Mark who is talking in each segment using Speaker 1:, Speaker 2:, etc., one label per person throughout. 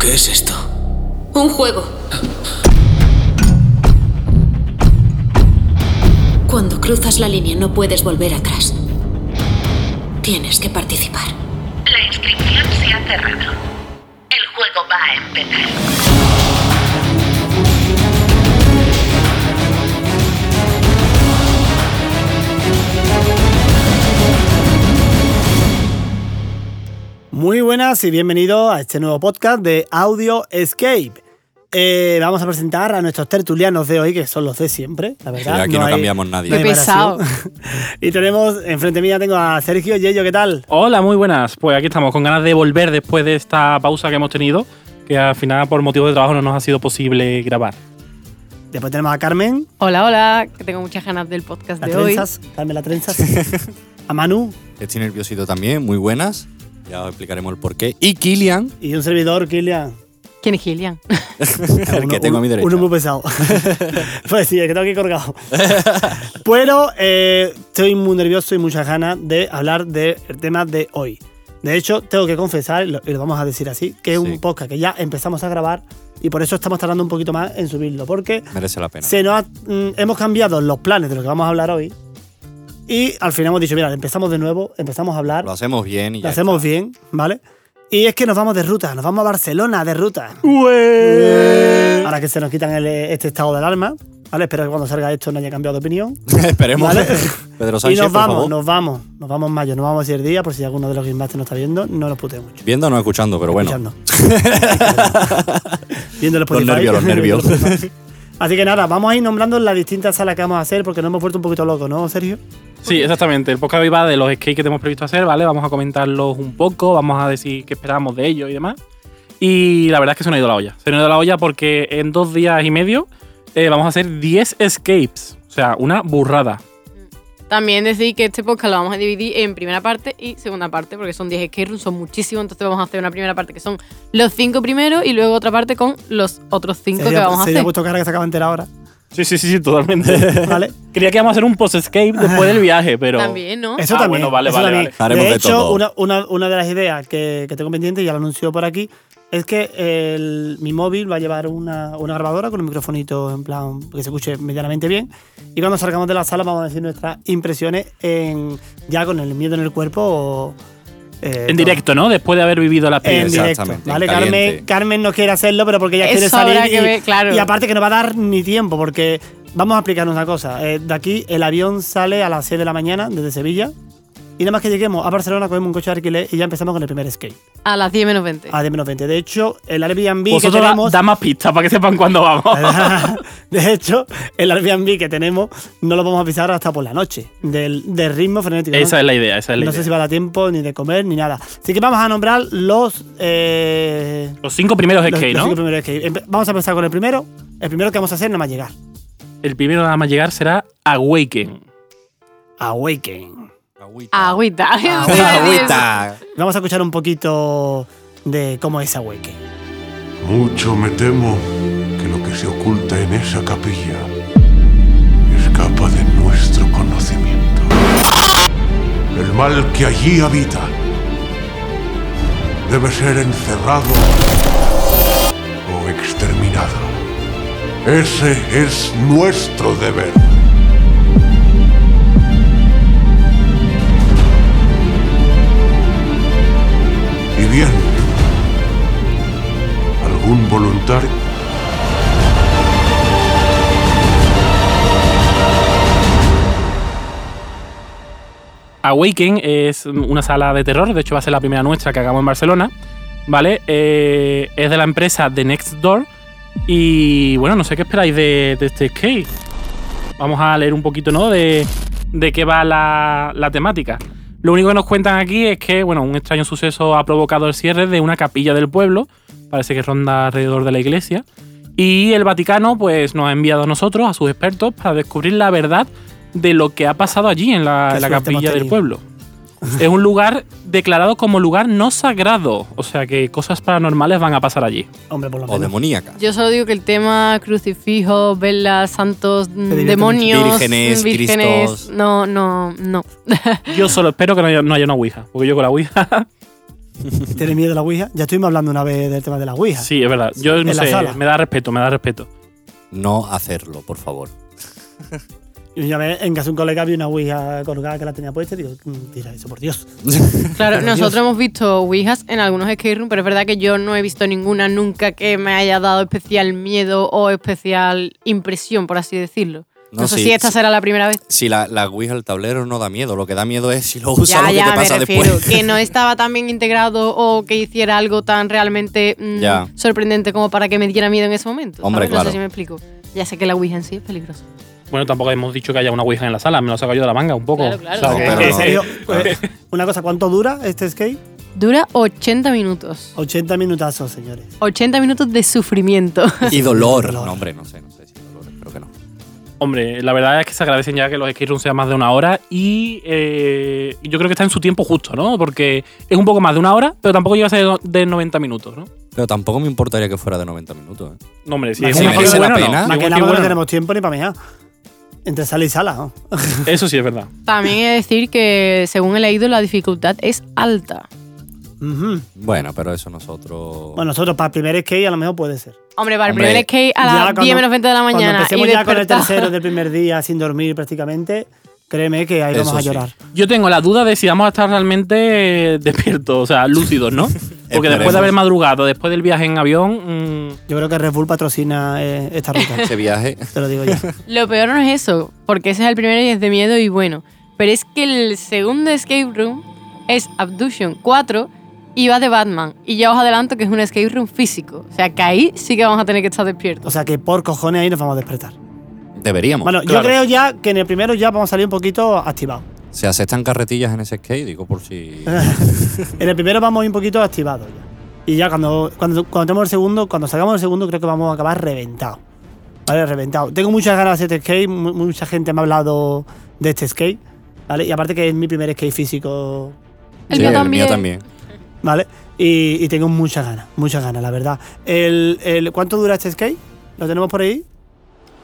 Speaker 1: ¿Qué es esto?
Speaker 2: Un juego. Cuando cruzas la línea no puedes volver atrás. Tienes que participar.
Speaker 3: La inscripción se ha cerrado. El juego va a empezar.
Speaker 4: Muy buenas y bienvenido a este nuevo podcast de Audio Escape. Eh, vamos a presentar a nuestros tertulianos de hoy, que son los de siempre, la verdad.
Speaker 5: Aquí no cambiamos nadie.
Speaker 4: hay
Speaker 6: Qué pesado.
Speaker 4: variación. y tenemos, enfrente mía tengo a Sergio Yello, ¿qué tal?
Speaker 7: Hola, muy buenas. Pues aquí estamos, con ganas de volver después de esta pausa que hemos tenido, que al final por motivo de trabajo no nos ha sido posible grabar.
Speaker 4: Después tenemos a Carmen,
Speaker 6: Hola, hola, que tengo muchas ganas del podcast
Speaker 4: las
Speaker 6: de hoy.
Speaker 4: trenzas, Carmen las trenzas. a Manu
Speaker 5: Estoy Este nerviosito también, muy buenas. Ya os explicaremos el porqué. Y Kilian,
Speaker 4: y un servidor, Kilian.
Speaker 6: ¿Quién es Gillian?
Speaker 5: el que tengo a mi derecha.
Speaker 4: Uno muy pesado. pues sí, el que tengo aquí colgado. Pero eh, estoy muy nervioso y muchas ganas de hablar del tema de hoy. De hecho, tengo que confesar, y lo, y lo vamos a decir así, que es
Speaker 5: Sí.
Speaker 4: un podcast que ya empezamos a grabar y por eso estamos tardando un poquito más en subirlo, porque
Speaker 5: Merece la pena.
Speaker 4: se nos ha- mm, hemos cambiado los planes de lo que vamos a hablar hoy y al final hemos dicho, mira, empezamos de nuevo, empezamos a hablar,
Speaker 5: Lo hacemos bien y
Speaker 4: lo
Speaker 5: ya
Speaker 4: hacemos
Speaker 5: está.
Speaker 4: bien, ¿vale? Y es que nos vamos de ruta, nos vamos a Barcelona de ruta. Eh, Ahora que se nos quitan el, eh, este estado del alma, ¿vale? Espero que cuando salga esto no haya cambiado de opinión.
Speaker 5: Esperemos.
Speaker 4: Vale.
Speaker 5: Pedro
Speaker 4: y
Speaker 5: Sánchez,
Speaker 4: nos
Speaker 5: por
Speaker 4: vamos,
Speaker 5: favor.
Speaker 4: nos vamos, nos vamos en mayo, nos vamos 10 días, por si alguno de los Gamebusters nos está viendo, no nos putee mucho.
Speaker 5: Viendo no escuchando, pero bueno.
Speaker 4: Escuchando. Viendo los
Speaker 5: Los nervios, los nervios.
Speaker 4: Así que nada, vamos a ir nombrando las distintas salas que vamos a hacer porque nos hemos vuelto un poquito locos, ¿no, Sergio?
Speaker 7: Sí, exactamente. El podcast hoy va de los skates que tenemos previsto hacer, ¿vale? Vamos a comentarlos un poco, vamos a decir qué esperamos de ellos y demás. Y la verdad es que se nos ha ido la olla. Se nos ha ido la olla porque en dos días y medio eh, vamos a hacer 10 escapes. O sea, una burrada.
Speaker 6: También decir que este podcast lo vamos a dividir en primera parte y segunda parte, porque son 10 escape rooms, son muchísimos, entonces vamos a hacer una primera parte que son los 5 primeros y luego otra parte con los otros 5 que
Speaker 4: Sería-
Speaker 6: vamos a
Speaker 4: sería
Speaker 6: hacer.
Speaker 4: puesto cara que se acaba de enterar ahora,
Speaker 7: Sí, sí, sí, sí, totalmente.
Speaker 4: ¿vale?
Speaker 7: Creía que íbamos a hacer un post-escape después del viaje, pero.
Speaker 6: También, ¿no?
Speaker 4: Eso
Speaker 7: Ah,
Speaker 4: también.
Speaker 7: bueno, vale,
Speaker 4: eso
Speaker 7: vale,
Speaker 4: también.
Speaker 5: vale. Haremos
Speaker 4: De
Speaker 5: de
Speaker 4: hecho,
Speaker 5: todo.
Speaker 4: una, una- una de las ideas que, que tengo pendiente, y ya lo anunció por aquí, es que el- mi móvil va a llevar una, una grabadora con un microfonito en plan que se escuche medianamente bien. Y cuando salgamos de la sala vamos a decir nuestras impresiones en, ya con el miedo en el cuerpo. o, eh, todo.
Speaker 7: En directo, ¿no? Después de haber vivido la
Speaker 4: En
Speaker 7: experiencia.
Speaker 4: directo,
Speaker 5: Exactamente,
Speaker 4: ¿vale?
Speaker 5: en
Speaker 4: Carmen,
Speaker 5: caliente.
Speaker 4: Carmen no quiere hacerlo, pero porque ella
Speaker 6: Eso
Speaker 4: quiere salir.
Speaker 6: habrá que
Speaker 4: y,
Speaker 6: ver, claro.
Speaker 4: y aparte que no va a dar ni tiempo, porque vamos a explicarnos una cosa. Eh, de aquí el avión sale a las 6 de la mañana desde Sevilla. Y nada más que lleguemos a Barcelona, cogemos un coche de alquiler y ya empezamos con el primer skate.
Speaker 6: A las 10 menos 20.
Speaker 4: A de menos 20. De hecho, el Airbnb que
Speaker 7: Vosotros da,
Speaker 4: tenemos.
Speaker 7: da más pistas para que sepan cuándo vamos.
Speaker 4: de hecho, el Airbnb que tenemos no lo vamos a pisar hasta por la noche. Del, del ritmo frenético. ¿no?
Speaker 7: esa es la idea, esa es la
Speaker 4: No
Speaker 7: idea.
Speaker 4: sé si va a dar tiempo ni de comer ni nada. Así que vamos a nombrar los. eh,
Speaker 7: Los cinco primeros
Speaker 4: Los-
Speaker 7: skate,
Speaker 4: los
Speaker 7: ¿no?
Speaker 4: cinco primeros skate. Empe- Vamos a empezar con el primero. El primero que vamos a hacer nada más llegar.
Speaker 7: El primero nada más llegar será Awaken.
Speaker 4: Awaken.
Speaker 5: Agüita.
Speaker 6: Agüita.
Speaker 5: Ah, Agüita.
Speaker 4: Vamos a escuchar un poquito de cómo es Awaken.
Speaker 8: Mucho me temo que lo que se oculta en esa capilla escapa de nuestro conocimiento. El mal que allí habita debe ser encerrado o exterminado. Ese es nuestro deber. Y bien, algún voluntario.
Speaker 7: Awaken es una sala de terror, de hecho va a ser la primera nuestra que hagamos en Barcelona, ¿vale? Eh, es de la empresa The Next Door y bueno, no sé qué esperáis de, de este skate. Vamos a leer un poquito, ¿no? De, de qué va la, la temática. Lo único que nos cuentan aquí es que, bueno, un extraño suceso ha provocado el cierre de una capilla del pueblo, parece que ronda alrededor de la iglesia, y el Vaticano pues nos ha enviado a nosotros, a sus expertos, para descubrir la verdad de lo que ha pasado allí en la,
Speaker 4: Qué
Speaker 7: en la
Speaker 4: suerte hemos
Speaker 7: capilla del
Speaker 4: tenido.
Speaker 7: pueblo. Es un lugar declarado como lugar no sagrado, o sea que cosas paranormales van a pasar allí.
Speaker 4: Hombre, por lo
Speaker 5: O
Speaker 4: menos.
Speaker 5: demoníaca.
Speaker 6: Yo solo digo que el tema crucifijos, velas, santos,
Speaker 4: divierte
Speaker 6: demonios,
Speaker 5: mucho. Vírgenes,
Speaker 6: vírgenes,
Speaker 5: Cristos.
Speaker 6: No, no, no.
Speaker 7: Yo solo espero que no haya, no haya una Ouija, porque yo con la Ouija
Speaker 4: Tiene miedo a la Ouija. Ya estuvimos hablando una vez del tema de la Ouija.
Speaker 7: Sí, es verdad. Yo no
Speaker 4: En la
Speaker 7: sé,
Speaker 4: sala.
Speaker 7: me da respeto, me da respeto.
Speaker 5: No hacerlo, por favor.
Speaker 4: Y una vez en casa de un colega vi una Ouija colgada que la tenía puesta y digo, "Mm, tira eso, por Dios.
Speaker 6: Claro,
Speaker 4: Pero
Speaker 6: nosotros
Speaker 4: Dios.
Speaker 6: hemos visto Ouijas en algunos escape rooms, pero es verdad que yo no he visto ninguna nunca que me haya dado especial miedo o especial impresión, por así decirlo. No,
Speaker 5: No,
Speaker 6: sé
Speaker 5: sí,
Speaker 6: si esta
Speaker 5: sí.
Speaker 6: será la primera vez.
Speaker 5: Si la, la Ouija, el tablero, no da miedo. Lo que da miedo es si lo usas, lo Pues que te pasa después.
Speaker 6: Que no estaba tan bien integrado o que hiciera algo tan realmente mm,
Speaker 5: Ya.
Speaker 6: sorprendente como para que me diera miedo en ese momento.
Speaker 5: Hombre,
Speaker 6: ¿sabes? No
Speaker 5: claro.
Speaker 6: sé si me explico. Ya sé que la Ouija en sí es peligrosa.
Speaker 7: Bueno, tampoco hemos dicho que haya una Ouija en la sala, me lo he sacado yo de la manga un poco.
Speaker 6: Claro, claro.
Speaker 5: No,
Speaker 7: que-
Speaker 5: pero
Speaker 7: que-
Speaker 4: En
Speaker 5: no.
Speaker 4: serio, pues, una cosa, ¿cuánto dura este skate?
Speaker 6: Dura 80 minutos.
Speaker 4: 80 minutazos, señores.
Speaker 6: 80 minutos de sufrimiento.
Speaker 5: Y dolor.
Speaker 4: Dolor.
Speaker 5: No, hombre, no sé, no sé si dolor, creo que no.
Speaker 7: Hombre, la verdad es que se agradecen ya que los skate rooms sean más de una hora y eh, yo creo que está en su tiempo justo, ¿no? Porque es un poco más de una hora, pero tampoco llega a ser de 90 minutos, ¿no?
Speaker 5: Pero tampoco me importaría que fuera de 90 minutos. ¿eh?
Speaker 7: No, hombre, si
Speaker 4: Más
Speaker 7: es
Speaker 4: que
Speaker 7: un
Speaker 4: merece
Speaker 7: skate
Speaker 5: la
Speaker 7: bueno, no.
Speaker 5: pena.
Speaker 7: Si
Speaker 4: Más
Speaker 7: es
Speaker 4: que nada porque
Speaker 7: un skate
Speaker 4: no
Speaker 7: bueno, no.
Speaker 4: tenemos tiempo ni para mear. Entre sala y sala, ¿no?
Speaker 7: Eso sí es verdad.
Speaker 6: También he de decir que, según he leído, la dificultad es alta.
Speaker 4: Ujú.
Speaker 5: Bueno, pero eso nosotros.
Speaker 4: Bueno, nosotros para el primer skate a lo mejor puede ser.
Speaker 6: Hombre, para
Speaker 5: Hombre,
Speaker 6: el primer skate a
Speaker 4: Ya
Speaker 6: las
Speaker 4: cuando-
Speaker 6: 10 menos 20 de la
Speaker 4: cuando
Speaker 6: mañana y
Speaker 4: empecemos ya con el
Speaker 6: despertar.
Speaker 4: tercero del primer día sin dormir prácticamente, créeme que ahí
Speaker 5: Eso
Speaker 4: vamos a
Speaker 5: sí.
Speaker 4: llorar.
Speaker 7: Yo tengo la duda de si vamos a estar realmente eh, despiertos, o sea, lúcidos, ¿no? Porque después
Speaker 5: Esperemos.
Speaker 7: de haber madrugado, después del viaje en avión, mm,
Speaker 4: Yo creo que Red Bull patrocina eh, esta ruta.
Speaker 5: Ese viaje.
Speaker 4: te lo digo ya.
Speaker 6: Lo peor no es eso, porque ese es el primero y es de miedo y bueno. Pero es que el segundo escape room es Abduction 4 y va de Batman. Y ya os adelanto que es un escape room físico. O sea, que ahí sí que vamos a tener que estar
Speaker 4: O
Speaker 6: despiertos.
Speaker 4: sea que por cojones ahí nos vamos a despertar.
Speaker 5: Deberíamos.
Speaker 4: Bueno,
Speaker 7: Claro.
Speaker 4: yo creo ya que en el primero ya vamos a salir un poquito activados.
Speaker 5: Se aceptan carretillas en ese skate, digo, por si.
Speaker 4: En el primero vamos a ir un poquito activados ya. Y ya cuando, cuando, cuando tenemos el segundo, cuando salgamos del segundo, creo que vamos a acabar reventados. Vale, reventado. Tengo muchas ganas de hacer este skate, mu- mucha gente me ha hablado de este skate, ¿vale? Y aparte que es mi primer skate físico
Speaker 6: El
Speaker 5: Sí,
Speaker 6: mío
Speaker 5: mío
Speaker 6: también.
Speaker 5: también.
Speaker 4: ¿Vale? Y, y tengo muchas ganas, muchas ganas, la verdad. El, el- ¿Cuánto dura este skate? ¿Lo tenemos por ahí?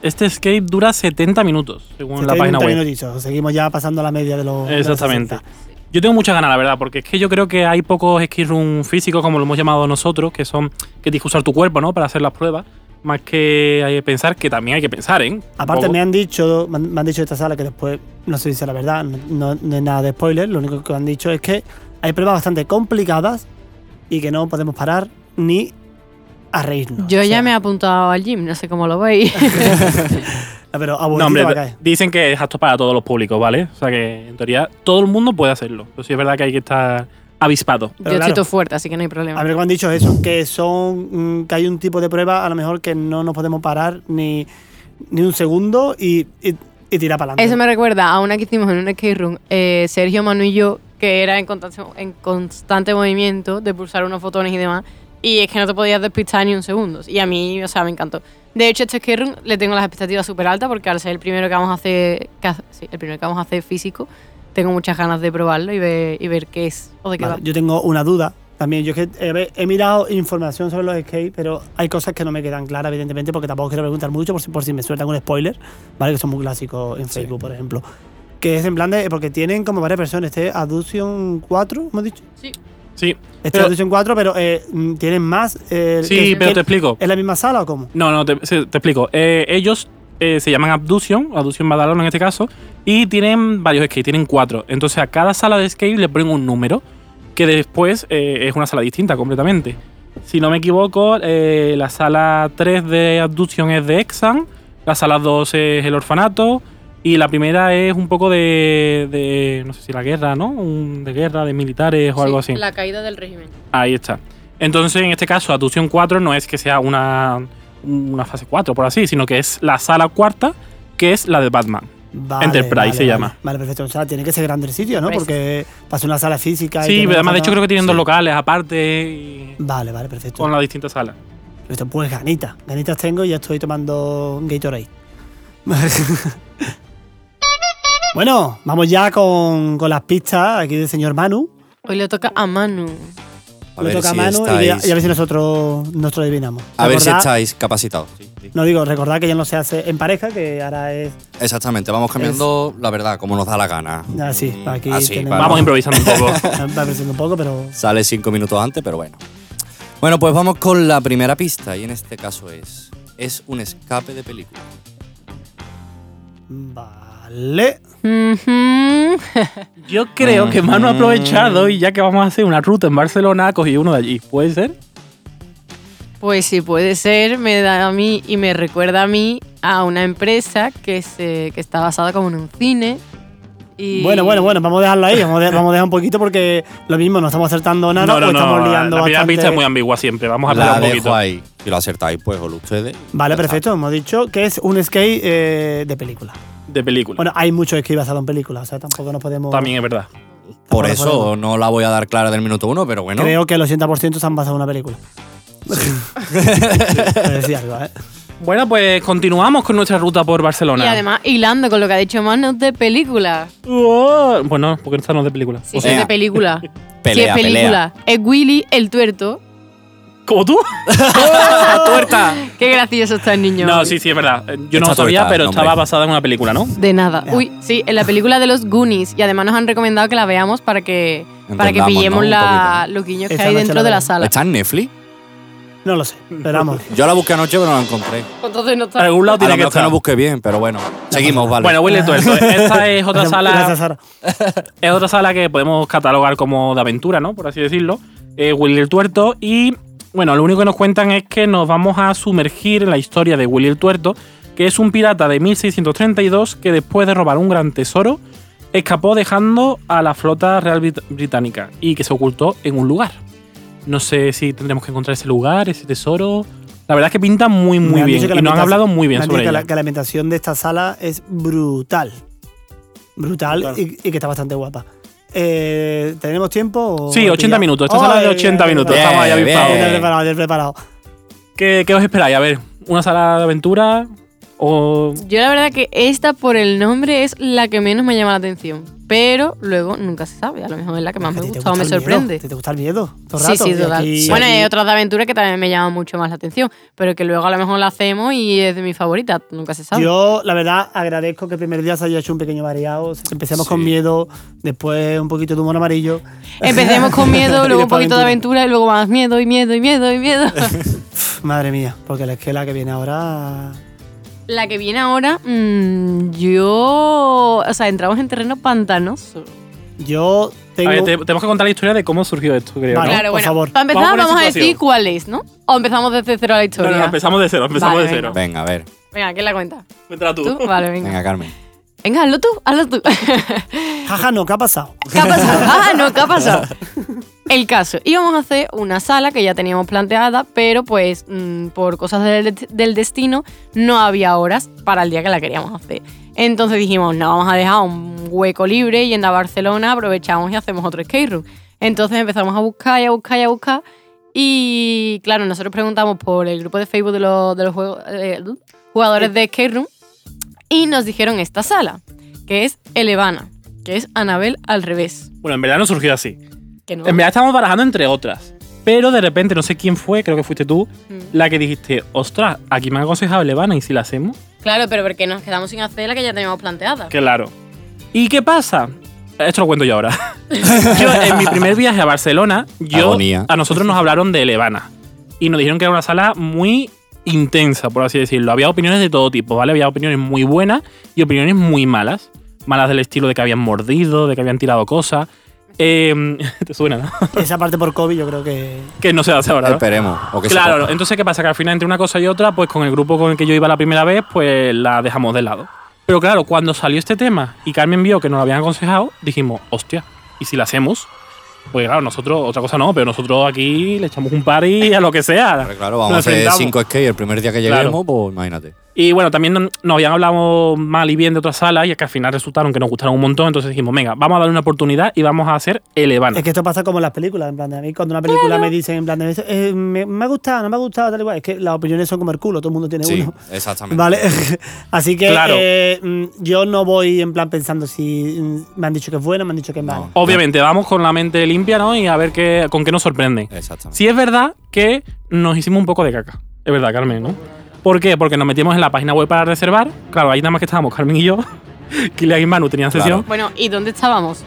Speaker 7: este skate dura 70 minutos, según la
Speaker 4: 70
Speaker 7: página web.
Speaker 4: minutitos. Seguimos ya pasando la media de los. de los
Speaker 7: Exactamente.
Speaker 4: 60.
Speaker 7: Yo tengo muchas ganas, la verdad, porque es que yo creo que hay pocos skate room físicos, como lo hemos llamado nosotros, que son que tienes que usar tu cuerpo, ¿no? Para hacer las pruebas. Más que hay que pensar, que también hay que pensar, ¿eh?
Speaker 4: Aparte,
Speaker 7: Poco.
Speaker 4: me han dicho, me han me han dicho de esta sala que después, no se dice la verdad, no, no es nada de spoiler, lo único que han dicho es que hay pruebas bastante complicadas y que no podemos parar ni a reírnos.
Speaker 6: Yo
Speaker 4: O sea,
Speaker 6: ya me he apuntado al gym, no sé cómo lo veis.
Speaker 4: Pero
Speaker 7: No,
Speaker 4: aburrido
Speaker 7: hombre,
Speaker 4: va a caer.
Speaker 7: dicen que es apto para todos los públicos, ¿vale? O sea que, en teoría, todo el mundo puede hacerlo. Pero sí es verdad que hay que estar avispado.
Speaker 6: Yo estoy
Speaker 4: claro.
Speaker 6: todo fuerte, así que no hay
Speaker 4: A
Speaker 6: problema.
Speaker 4: ver, ¿cómo han dicho eso? Que son. mm, que hay un tipo de prueba a lo mejor que no nos podemos parar ni, ni un segundo y, y, y tirar para adelante.
Speaker 6: Eso me recuerda a una que hicimos en un skate room, eh, Sergio, Manu y yo, que era en constante, en constante movimiento de pulsar unos botones y demás. Y es que no te podías despistar ni un segundo. Y a mí, o sea, me encantó. De hecho, este skate room le tengo las expectativas súper altas porque al ser el primero que vamos a hacer, que ha- sí, el primero que vamos a hacer físico, tengo muchas ganas de probarlo y ver, y ver qué es o de qué
Speaker 4: Vale,
Speaker 6: va.
Speaker 4: yo tengo una duda también. Yo es que eh, he, mirado información sobre los skate, pero hay cosas que no me quedan claras, evidentemente, porque tampoco quiero preguntar mucho por si, por si me sueltan un spoiler, ¿vale? Que son muy clásicos en Facebook, por ejemplo. Que es en plan de. Porque tienen como varias personas. Este es Adduction 4, hemos dicho.
Speaker 7: Sí,
Speaker 4: Este es
Speaker 7: Pero-
Speaker 4: Adduction 4, pero eh, mm, tienen más. eh,
Speaker 7: sí
Speaker 4: que-
Speaker 7: pero
Speaker 4: que-
Speaker 7: te explico.
Speaker 4: ¿Es la misma sala o cómo?
Speaker 7: No, no, te, se- te explico. Eh, ellos eh, se llaman Abduction, Abduction Badalona en este caso, y tienen varios skates, tienen cuatro. Entonces a cada sala de skate le ponen un número, que después eh, es una sala distinta completamente. Si no me equivoco, eh, la sala 3 de Abduction es de Exan, la sala 2 es el orfanato, y la primera es un poco de, de no sé si la guerra, ¿no? Un- de guerra, de militares o algo así.
Speaker 6: La caída del régimen.
Speaker 7: Ahí está. Entonces, en este caso, Aducción 4 no es que sea una, una fase 4, por así, sino que es la sala cuarta, que es la de Batman.
Speaker 4: Vale,
Speaker 7: Enterprise se llama.
Speaker 4: Vale, perfecto. O sea, tiene que ser grande el sitio, ¿no? Porque pasa una sala física. y
Speaker 7: sí,
Speaker 4: tiene
Speaker 7: pero
Speaker 4: una
Speaker 7: además, de
Speaker 4: zona-
Speaker 7: hecho, creo que tienen dos
Speaker 4: Sí.
Speaker 7: locales aparte y-
Speaker 4: Vale, vale, perfecto.
Speaker 7: con las distintas salas.
Speaker 4: Perfecto, Pues ganitas. Ganitas tengo y ya estoy tomando Gatorade. bueno, vamos ya con, con las pistas aquí del señor Manu.
Speaker 6: Hoy le toca a Manu.
Speaker 5: A
Speaker 4: Le
Speaker 5: ver
Speaker 4: toca
Speaker 5: si
Speaker 4: a Manu y, a-
Speaker 5: estáis.
Speaker 4: y a ver si nosotros, nosotros adivinamos.
Speaker 5: A ver si
Speaker 4: Recordad-
Speaker 5: estáis capacitados. Sí.
Speaker 4: No digo, recordad que ya no se hace en pareja, que ahora es
Speaker 5: Exactamente, vamos cambiando la verdad, como nos da la gana.
Speaker 4: así.
Speaker 5: Mm,
Speaker 4: Aquí
Speaker 5: así,
Speaker 4: tenemos-
Speaker 5: claro.
Speaker 7: Vamos improvisando un poco.
Speaker 4: Va creciendo un poco, pero
Speaker 5: Sale cinco minutos antes, pero bueno. Bueno, pues vamos con la primera pista, y en este caso es. Es un escape de película.
Speaker 4: Vale.
Speaker 6: Ujú.
Speaker 7: Yo creo que Manu
Speaker 4: Mm.
Speaker 7: ha aprovechado y ya que vamos a hacer una ruta en Barcelona, ha cogido uno de allí. ¿Puede ser?
Speaker 6: Pues sí, puede ser, me da a mí y me recuerda a mí a una empresa que, se, que está basada como en un cine. Y
Speaker 4: Bueno, bueno, bueno, vamos a dejarlo ahí. Vamos a, de- vamos a dejar un poquito porque lo mismo, no estamos acertando nada, pues estamos liando
Speaker 7: La primera
Speaker 4: bastante.
Speaker 7: pista es muy ambigua siempre. Vamos a
Speaker 5: La
Speaker 7: hablar un
Speaker 5: dejo
Speaker 7: poquito.
Speaker 5: ahí. Si lo acertáis, pues o ustedes.
Speaker 4: Vale,
Speaker 5: Ya está.
Speaker 4: perfecto. Hemos dicho que es un skate eh, de película.
Speaker 7: De película.
Speaker 4: Bueno, hay muchos skate basados en películas, o sea, tampoco nos podemos.
Speaker 7: También es verdad.
Speaker 5: Por
Speaker 4: Ahora
Speaker 5: eso
Speaker 4: podemos.
Speaker 5: no la voy a dar clara del minuto uno, pero bueno.
Speaker 4: Creo que el 80% están basados en una película. Te decía algo, ¿eh?
Speaker 7: Bueno, pues continuamos con nuestra ruta por Barcelona.
Speaker 6: Y además, hilando con lo que ha dicho Manu de película.
Speaker 7: Oh, bueno, porque esta no es de película.
Speaker 6: Sí,
Speaker 5: O
Speaker 6: sí, es
Speaker 5: sea,
Speaker 6: de película.
Speaker 5: pelea,
Speaker 6: sí, es película. Es Willy el tuerto.
Speaker 7: ¿Como tú? ¡Tuerta!
Speaker 6: Qué gracioso está el niño.
Speaker 7: No, sí, sí, es verdad. Eh, Yo no
Speaker 5: Esta
Speaker 7: lo sabía,
Speaker 5: tuerta,
Speaker 7: pero
Speaker 5: no, hombre.
Speaker 7: estaba basada en una película, ¿no?
Speaker 6: De nada. Uy, sí, en la película de los Goonies. Y además nos han recomendado que la veamos para que, para que
Speaker 5: Entendamos,
Speaker 6: pillemos
Speaker 5: ¿no? Un
Speaker 6: la, los guiños que
Speaker 4: Esta
Speaker 6: hay
Speaker 4: noche
Speaker 6: dentro
Speaker 4: la
Speaker 6: de la
Speaker 4: veremos.
Speaker 6: sala.
Speaker 5: ¿Está en Netflix?
Speaker 4: No lo sé, pero vamos.
Speaker 5: Yo la busqué anoche, pero no la encontré.
Speaker 6: Entonces no
Speaker 7: Para
Speaker 6: está.
Speaker 7: algún lado
Speaker 5: A
Speaker 7: tiene
Speaker 5: lo
Speaker 7: que
Speaker 5: mejor que
Speaker 7: estar.
Speaker 5: no busqué bien, pero bueno. Seguimos, vale.
Speaker 7: Bueno, Willy Tuerto. Esta es otra
Speaker 4: Gracias,
Speaker 7: sala.
Speaker 4: Sara.
Speaker 7: Es otra sala que podemos catalogar como de aventura, ¿no? Por así decirlo. Eh, Willy el Tuerto. Y bueno, lo único que nos cuentan es que nos vamos a sumergir en la historia de Willy el Tuerto, que es un pirata de 1632 que después de robar un gran tesoro, escapó dejando a la flota real Brit- británica y que se ocultó en un lugar. No sé si tendremos que encontrar ese lugar, ese tesoro. La verdad es que pinta muy,
Speaker 4: Me
Speaker 7: muy
Speaker 4: han
Speaker 7: bien.
Speaker 4: dicho que la
Speaker 7: Y nos han
Speaker 4: ambientación-
Speaker 7: hablado muy
Speaker 4: me
Speaker 7: bien
Speaker 4: han dicho
Speaker 7: sobre
Speaker 4: que
Speaker 7: ella.
Speaker 4: la, que la ambientación de esta sala es brutal. Brutal,
Speaker 7: Brutal.
Speaker 4: Y, y que está bastante guapa. Eh, ¿Tenemos tiempo? o
Speaker 7: Sí,
Speaker 4: lo
Speaker 7: 80
Speaker 4: pillamos?
Speaker 7: minutos. Esta sala es de
Speaker 4: Ay,
Speaker 7: 80
Speaker 4: ay,
Speaker 7: minutos.
Speaker 4: ay,
Speaker 7: Estamos ahí
Speaker 5: Bien,
Speaker 7: avispados.
Speaker 5: bien.
Speaker 4: eh, Bien preparado, bien preparado.
Speaker 7: ¿Qué, qué os esperáis? A ver, ¿una sala de aventura? O.
Speaker 6: Yo la verdad que esta por el nombre es la que menos me llama la atención. Pero luego nunca se sabe. A lo mejor es la que más
Speaker 4: Es que
Speaker 6: me
Speaker 4: a ti te
Speaker 6: gusta o me
Speaker 4: gusta el miedo,
Speaker 6: sorprende.
Speaker 4: ¿Te, te gusta el miedo? Todo el
Speaker 6: Sí,
Speaker 4: rato,
Speaker 6: sí,
Speaker 4: y
Speaker 6: total.
Speaker 4: aquí-
Speaker 6: Bueno, hay
Speaker 4: aquí-
Speaker 6: otras de aventura que también me llaman mucho más la atención, pero que luego a lo mejor la hacemos y es de mi favorita, nunca se sabe.
Speaker 4: Yo, la verdad, agradezco que el primer día se haya hecho un pequeño variado. O sea, Empecemos
Speaker 5: Sí.
Speaker 4: con miedo, después un poquito de humor amarillo.
Speaker 6: Empecemos con miedo,
Speaker 4: Y
Speaker 6: luego un
Speaker 4: después
Speaker 6: poquito de aventura y luego más miedo y miedo y miedo y miedo.
Speaker 4: Pff, Madre mía, porque la esquela que viene ahora.
Speaker 6: la que viene ahora, mm, yo... O sea, entramos en terreno pantanoso.
Speaker 4: Yo
Speaker 7: A
Speaker 4: tengo.
Speaker 7: ver, te- tenemos que contar la historia de cómo surgió esto, creo.
Speaker 4: Vale.
Speaker 7: ¿no?
Speaker 4: Ah, por favor.
Speaker 6: Para empezar
Speaker 7: Vamos a poner
Speaker 6: vamos, a decir
Speaker 7: situación.
Speaker 6: cuál es, ¿no? O empezamos desde cero a la
Speaker 7: No,
Speaker 6: historia.
Speaker 7: no, no, empezamos de cero, empezamos
Speaker 6: Vale,
Speaker 7: de cero.
Speaker 5: Venga, a ver.
Speaker 6: Venga, ¿quién la cuenta?
Speaker 7: Cuéntala tú.
Speaker 6: ¿Tú? Vale, venga.
Speaker 5: Venga, Carmen.
Speaker 6: Venga, hazlo tú, hazlo tú.
Speaker 4: Jaja, no, ¿qué ha pasado?
Speaker 6: ¿Qué ha pasado? Ah, no, ¿qué ha pasado? El caso, íbamos a hacer una sala que ya teníamos planteada, pero pues mm, por cosas del, del destino no había horas para el día que la queríamos hacer. Entonces dijimos, no, vamos a dejar un hueco libre yendo a Barcelona, aprovechamos y hacemos otro skate room. Entonces empezamos a buscar y a buscar y a buscar. Y claro, nosotros preguntamos por el grupo de Facebook de los, de los juego- eh, jugadores de skate room y nos dijeron esta sala, que es Elevana, que es Anabel al revés.
Speaker 7: Bueno, en verdad no surgió así.
Speaker 6: Que no.
Speaker 4: Eh,
Speaker 7: En verdad estábamos barajando entre otras. Pero de repente, no sé quién fue, creo que fuiste tú,
Speaker 6: Mm.
Speaker 7: la que dijiste, ostras, aquí me han aconsejado Levana y si la hacemos.
Speaker 6: Claro, pero porque nos quedamos sin hacer la que ya teníamos planteada.
Speaker 7: Claro. ¿Y qué pasa? Esto lo cuento yo ahora. yo, en mi primer viaje a Barcelona, yo,
Speaker 5: Agonía.
Speaker 7: a nosotros nos hablaron de Elevana. Y nos dijeron que era una sala muy intensa, por así decirlo. Había opiniones de todo tipo, ¿vale? Había opiniones muy buenas y opiniones muy malas. Malas del estilo de que habían mordido, de que habían tirado cosas. Eh, ¿Te suena, no?
Speaker 4: Esa parte por COVID, yo creo que.
Speaker 7: que no se hace ahora, ¿no?
Speaker 5: Esperemos. O que se
Speaker 7: Claro,
Speaker 5: coja.
Speaker 7: entonces ¿qué pasa? Que al final entre una cosa y otra, pues con el grupo con el que yo iba la primera vez, pues la dejamos de lado. Pero claro, cuando salió este tema y Carmen vio que nos lo habían aconsejado, dijimos, hostia, ¿y si la hacemos? Pues claro, nosotros, otra cosa no, pero nosotros aquí le echamos un party a lo que sea.
Speaker 5: Pero claro, vamos
Speaker 7: Nos
Speaker 5: a hacer
Speaker 7: enfrentamos.
Speaker 5: cinco skate el primer día que
Speaker 7: Claro.
Speaker 5: lleguemos, pues imagínate.
Speaker 7: Y bueno, también nos nos habían hablado mal y bien de otras salas y es que al final resultaron que nos gustaron un montón, entonces dijimos, venga, vamos a darle una oportunidad y vamos a hacer el Evana.
Speaker 4: Es que esto pasa como en las películas, en plan de a mí cuando una película me dicen en plan de "Eh, me, me ha gustado, no me ha gustado, tal y cual. Es que las opiniones son como el culo, todo el mundo tiene
Speaker 5: Sí,
Speaker 4: uno.
Speaker 5: exactamente.
Speaker 4: Vale, así que
Speaker 7: Claro.
Speaker 4: eh, mm, yo no voy en plan pensando si mm, me han dicho que es buena, me han dicho que es mala.
Speaker 5: No.
Speaker 7: Obviamente, vamos con la mente limpia, ¿no? Y a ver qué, con qué nos sorprende.
Speaker 5: Exactamente.
Speaker 7: Sí es verdad que nos hicimos un poco de caca. Es verdad, Carmen, ¿no? ¿Por qué? Porque nos metimos en la página web para reservar. Claro, ahí nada más que estábamos Carmen y yo. Kilian y Manu tenían sesión.
Speaker 6: Bueno, ¿y dónde estábamos?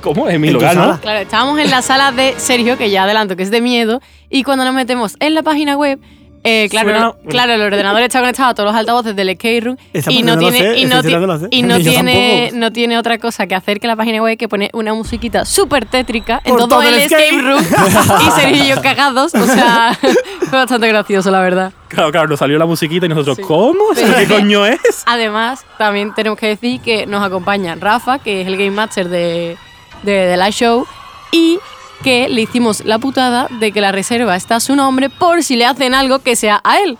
Speaker 7: ¿Cómo? En mi
Speaker 4: ¿En tu
Speaker 7: lugar, ¿no?
Speaker 4: sala?
Speaker 6: Claro, estábamos en la sala de Sergio, que ya adelanto que es de miedo, y cuando nos metemos en la página web, eh, claro,
Speaker 7: Suena-
Speaker 6: no- claro, el ordenador está conectado a todos los altavoces del escape room
Speaker 4: Esa
Speaker 6: y
Speaker 4: parte
Speaker 6: no
Speaker 4: no lo
Speaker 6: tiene
Speaker 4: sé,
Speaker 6: y no
Speaker 4: esa sí
Speaker 6: ti-
Speaker 4: no lo sé.
Speaker 6: y no
Speaker 4: Yo
Speaker 6: tiene
Speaker 4: tampoco.
Speaker 6: no tiene otra cosa que hacer que la página web que pone una musiquita súper tétrica en
Speaker 4: Por
Speaker 6: todo, el escape room y Sergio y yo cagados, o sea, fue bastante gracioso la verdad.
Speaker 7: Claro, claro, nos salió la musiquita y nosotros, ¿cómo?
Speaker 6: Pero
Speaker 7: ¿Qué
Speaker 6: es que-
Speaker 7: coño es?
Speaker 6: Además, también tenemos que decir que nos acompaña Rafa, que es el Game Master de, de, de la show, y que le hicimos la putada de que la reserva está a su nombre por si le hacen algo que sea a él.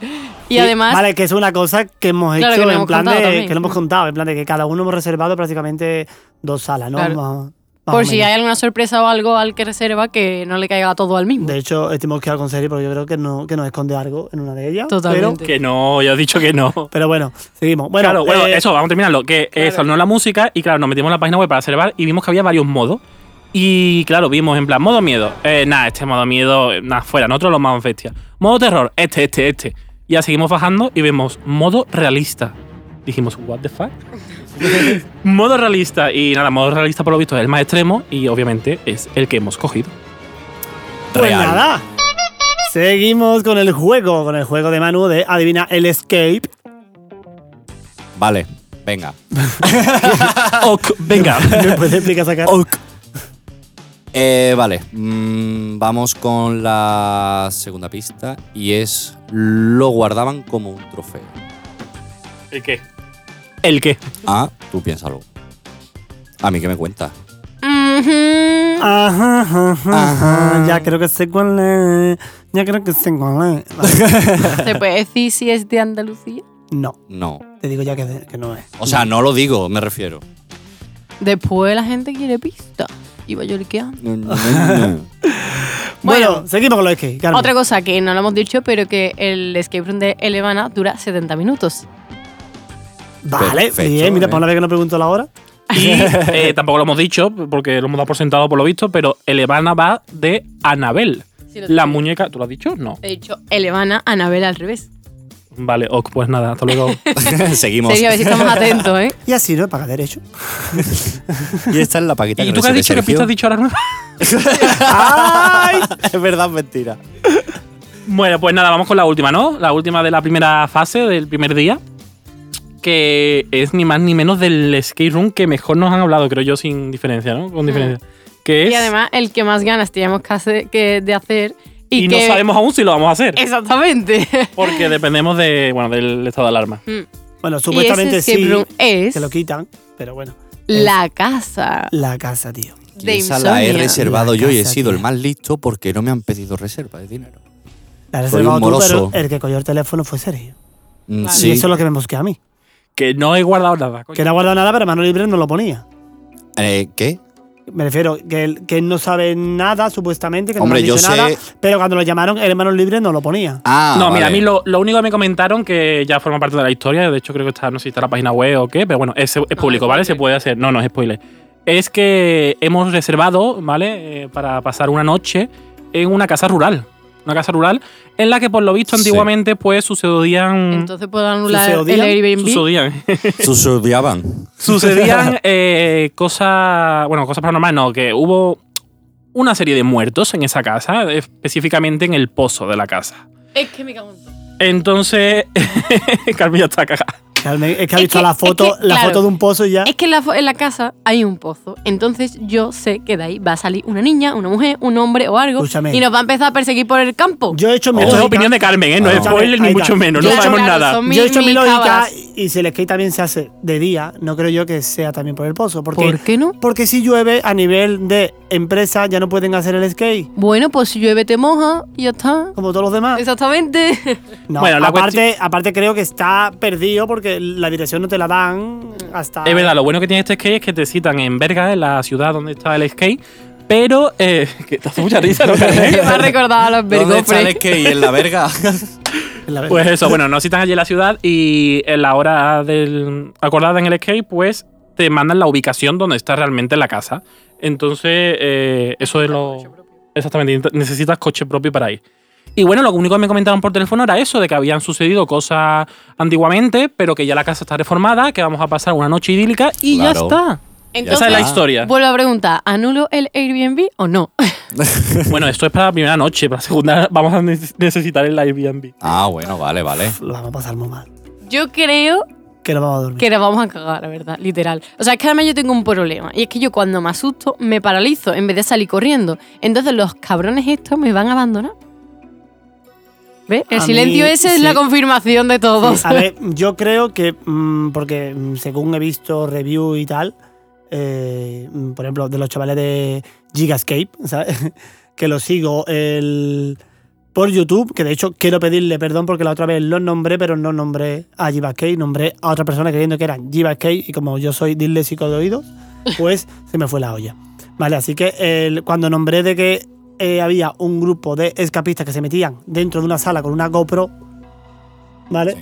Speaker 6: Y además,
Speaker 4: Vale, que es una cosa que hemos hecho
Speaker 6: Claro, que lo
Speaker 4: en
Speaker 6: hemos
Speaker 4: plan
Speaker 6: contado
Speaker 4: de.
Speaker 6: también.
Speaker 4: Que lo hemos contado, en plan de que cada uno hemos reservado prácticamente dos salas, ¿no?
Speaker 6: Claro.
Speaker 4: Más- más o
Speaker 6: por si
Speaker 4: menos.
Speaker 6: hay alguna sorpresa o algo al que reserva que no le caiga todo al mismo.
Speaker 4: De hecho, eh, tenemos que ir con serie porque yo creo que, no, que nos esconde algo en una de ellas. pero-
Speaker 6: Totalmente.
Speaker 7: Que no, yo he dicho que no.
Speaker 4: Pero, bueno, seguimos. Bueno,
Speaker 7: claro, bueno,
Speaker 4: eh,
Speaker 7: eso, vamos a terminarlo. Que eh, sonó la música y claro, nos metimos en la página web para reservar y vimos que había varios modos. Y claro, vimos en plan, modo miedo. Eh, nada, este modo miedo, eh, nada, fuera, nosotros los más bestias. Modo terror, este, este, este. Y ya seguimos bajando y vemos modo realista. Dijimos, what the fuck? modo realista. Y nada, modo realista por lo visto es el más extremo y obviamente es el que hemos cogido.
Speaker 4: Pues
Speaker 5: Real.
Speaker 4: nada. Seguimos con el juego, con el juego de Manu de Adivina el Escape.
Speaker 5: Vale, venga.
Speaker 7: Ok,
Speaker 5: Ah.
Speaker 7: venga.
Speaker 4: ¿Me puedes explicar sacar?
Speaker 5: Eh, vale, mm, vamos con la segunda pista y es lo guardaban como un trofeo.
Speaker 7: ¿El qué? ¿El qué?
Speaker 5: Ah, tú piénsalo. A mí que me cuenta.
Speaker 6: Ujú.
Speaker 4: Ajá, ajá, ajá. Ya creo que sé cuál es. Ya creo que sé cuál es. Vale.
Speaker 6: ¿Se puede decir si es de Andalucía?
Speaker 4: No,
Speaker 5: No.
Speaker 4: te digo ya que, que no es.
Speaker 5: O sea, no lo digo, me refiero.
Speaker 6: Después la gente quiere pista. Iba yo
Speaker 4: Bueno,
Speaker 6: Bueno.
Speaker 4: seguimos con los escape. Carmen.
Speaker 6: Otra cosa que no lo hemos dicho, pero que el escape room de Elevana dura 70 minutos.
Speaker 4: Vale,
Speaker 5: Perfecto,
Speaker 4: bien, mira,
Speaker 5: bien.
Speaker 4: para una vez que no pregunto la hora.
Speaker 7: Y eh, tampoco lo hemos dicho, porque lo hemos dado por sentado por lo visto, pero Elevana va de Anabel.
Speaker 6: Sí, lo
Speaker 7: la
Speaker 6: tengo.
Speaker 7: muñeca, ¿tú lo has dicho? No.
Speaker 6: He dicho Elevana, Anabel al revés.
Speaker 7: Vale, ok, pues nada, hasta luego.
Speaker 5: Seguimos.
Speaker 6: Sergio, a ver si estamos atentos, ¿eh?
Speaker 4: Y así, ¿no? Paga derecho.
Speaker 5: Y esta es la paquita
Speaker 7: ¿Y
Speaker 5: que
Speaker 7: tú qué has
Speaker 5: recibe
Speaker 7: dicho? ¿Qué
Speaker 5: Sergio.
Speaker 7: pista has dicho ahora nueva?
Speaker 5: ¡Ay! Es verdad, mentira.
Speaker 7: Bueno, pues nada, vamos con la última, ¿no? La última de la primera fase, del primer día. Que es ni más ni menos del skate room que mejor nos han hablado, creo yo, sin diferencia, ¿no? Con diferencia. Que es.
Speaker 6: Mm. Y además, el que más ganas teníamos que hacer- que de hacer. Y,
Speaker 7: y
Speaker 6: que,
Speaker 7: no sabemos aún si lo vamos a hacer.
Speaker 6: Exactamente.
Speaker 7: Porque dependemos de, bueno, del estado de alarma.
Speaker 6: Mm.
Speaker 4: Bueno,
Speaker 6: Y ese
Speaker 4: supuestamente
Speaker 6: escape
Speaker 4: sí.
Speaker 6: room es
Speaker 4: Que lo quitan, pero bueno.
Speaker 6: la casa
Speaker 4: La casa, tío.
Speaker 6: de
Speaker 5: Y esa la he
Speaker 6: Insomnia.
Speaker 5: reservado yo y he
Speaker 4: casa,
Speaker 5: sido el
Speaker 4: tía.
Speaker 5: más listo porque no me han pedido reserva de dinero.
Speaker 4: La has
Speaker 5: Soy
Speaker 4: reservado
Speaker 5: un
Speaker 4: tú, pero
Speaker 5: moroso.
Speaker 4: el que cogió el teléfono fue Sergio.
Speaker 5: Mm,
Speaker 6: Vale.
Speaker 5: Sí.
Speaker 4: Y eso es lo que me mosquea a mí.
Speaker 7: Que no he guardado nada. coño.
Speaker 4: Que no ha guardado nada, pero mano libre no lo ponía.
Speaker 5: Eh, ¿Qué?
Speaker 4: Me refiero que él, que él no sabe nada, supuestamente, que
Speaker 5: Hombre,
Speaker 4: no le han dicho
Speaker 5: yo sé-
Speaker 4: nada, pero cuando lo llamaron, el hermano libre no lo ponía.
Speaker 5: Ah,
Speaker 7: no, mira, a
Speaker 5: vale.
Speaker 7: mí lo, lo único que me comentaron, que ya forma parte de la historia, de hecho creo que está, no sé si está en la página web o qué, pero bueno, es,
Speaker 6: Ah,
Speaker 7: es público, ¿vale? Se puede hacer, no, no es spoiler. Es que hemos reservado, ¿vale? Eh, para pasar una noche en una casa rural. Una casa rural en la que por lo visto
Speaker 5: Sí.
Speaker 7: antiguamente pues sucedían...
Speaker 6: Entonces puedo anular
Speaker 4: ¿Se
Speaker 6: el
Speaker 4: odian?
Speaker 6: Airbnb.
Speaker 7: sucedían
Speaker 5: Susurbiaban.
Speaker 7: sucedían eh, cosas, bueno, cosas paranormales, no, que hubo una serie de muertos en esa casa, específicamente en el pozo de la casa.
Speaker 6: Es que me cago en todo.
Speaker 7: Entonces, Carmen ya está cagada.
Speaker 4: Realmente, es que ha
Speaker 6: Es
Speaker 4: visto
Speaker 6: que-
Speaker 4: la
Speaker 6: es
Speaker 4: foto,
Speaker 6: que,
Speaker 4: la
Speaker 6: claro.
Speaker 4: foto de un pozo y ya.
Speaker 6: Es que en la, fo- en la casa hay un pozo. Entonces yo sé que de ahí va a salir una niña, una mujer, un hombre o algo.
Speaker 4: Escúchame.
Speaker 6: Y nos va a empezar a perseguir por el campo.
Speaker 4: Yo he hecho mi
Speaker 7: Eso es
Speaker 4: lógica-
Speaker 7: opinión de Carmen, ¿eh? No es
Speaker 5: Ah.
Speaker 7: spoiler ni
Speaker 4: Ahí
Speaker 7: mucho
Speaker 4: está.
Speaker 7: menos, no
Speaker 6: Claro,
Speaker 7: sabemos
Speaker 6: claro,
Speaker 7: nada.
Speaker 6: son
Speaker 4: Yo he hecho
Speaker 6: mi-
Speaker 4: mi
Speaker 6: mi
Speaker 4: lógica
Speaker 6: cabas.
Speaker 4: y si el skate también se hace de día, no creo yo que sea también por el pozo. Porque,
Speaker 6: ¿Por qué no?
Speaker 4: Porque si llueve a nivel de empresa ya no pueden hacer el skate,
Speaker 6: Bueno, pues si llueve te moja y ya está.
Speaker 4: como todos los demás.
Speaker 6: Exactamente.
Speaker 4: No,
Speaker 7: Bueno, la
Speaker 4: aparte, aparte creo que está perdido porque la dirección no te la dan hasta...
Speaker 7: Es verdad, lo bueno que tiene este skate es que te citan en Berga, en la ciudad donde está el skate, pero... eh, que te hace mucha risa, ¿no, Carmen?
Speaker 6: que me ha recordado a los
Speaker 5: ¿Dónde está el
Speaker 6: vergofres.
Speaker 5: skate? en la verga?
Speaker 4: La verdad.
Speaker 7: Pues eso, bueno, nos citan allí en la ciudad y en la hora del acordada en el skate, pues te mandan la ubicación donde está realmente la casa. Entonces, eh, eso es lo... Exactamente, necesitas coche propio para ir. Y bueno, lo único que me comentaron por teléfono era eso, de que habían sucedido cosas antiguamente, pero que ya la casa está reformada, que vamos a pasar una noche idílica y ya
Speaker 5: Claro.
Speaker 7: está.
Speaker 6: Entonces,
Speaker 7: Esa es la
Speaker 5: está.
Speaker 7: historia.
Speaker 6: vuelvo a preguntar, ¿anulo el Airbnb o no?
Speaker 7: Bueno, esto es para la primera noche, para la segunda vamos a neces- necesitar el Airbnb.
Speaker 5: Ah, bueno, vale, vale.
Speaker 4: Lo vamos a pasar muy mal.
Speaker 6: Yo creo
Speaker 4: Que lo vamos a dormir.
Speaker 6: que la vamos a cagar, la verdad, literal. O sea, es que además yo tengo un problema. Y es que yo cuando me asusto, me paralizo en vez de salir corriendo. Entonces los cabrones estos me van a abandonar. ¿Ves? El
Speaker 4: A
Speaker 6: silencio
Speaker 4: mí,
Speaker 6: ese es
Speaker 4: sí.
Speaker 6: la confirmación de todo.
Speaker 4: A ver, yo creo que, mm, porque mm, según he visto review y tal, eh, mm, por ejemplo, de los chavales de Gigascape, ¿sabes? que los sigo el, por YouTube, que de hecho quiero pedirle perdón porque la otra vez los nombré, pero no nombré a Gigascape, nombré a otra persona creyendo que eran Gigascape, y como yo soy disléxico de oídos, pues se me fue la olla. Vale, así que el- cuando nombré de que eh, había un grupo de escapistas que se metían dentro de una sala con una GoPro, ¿vale?
Speaker 5: Sí.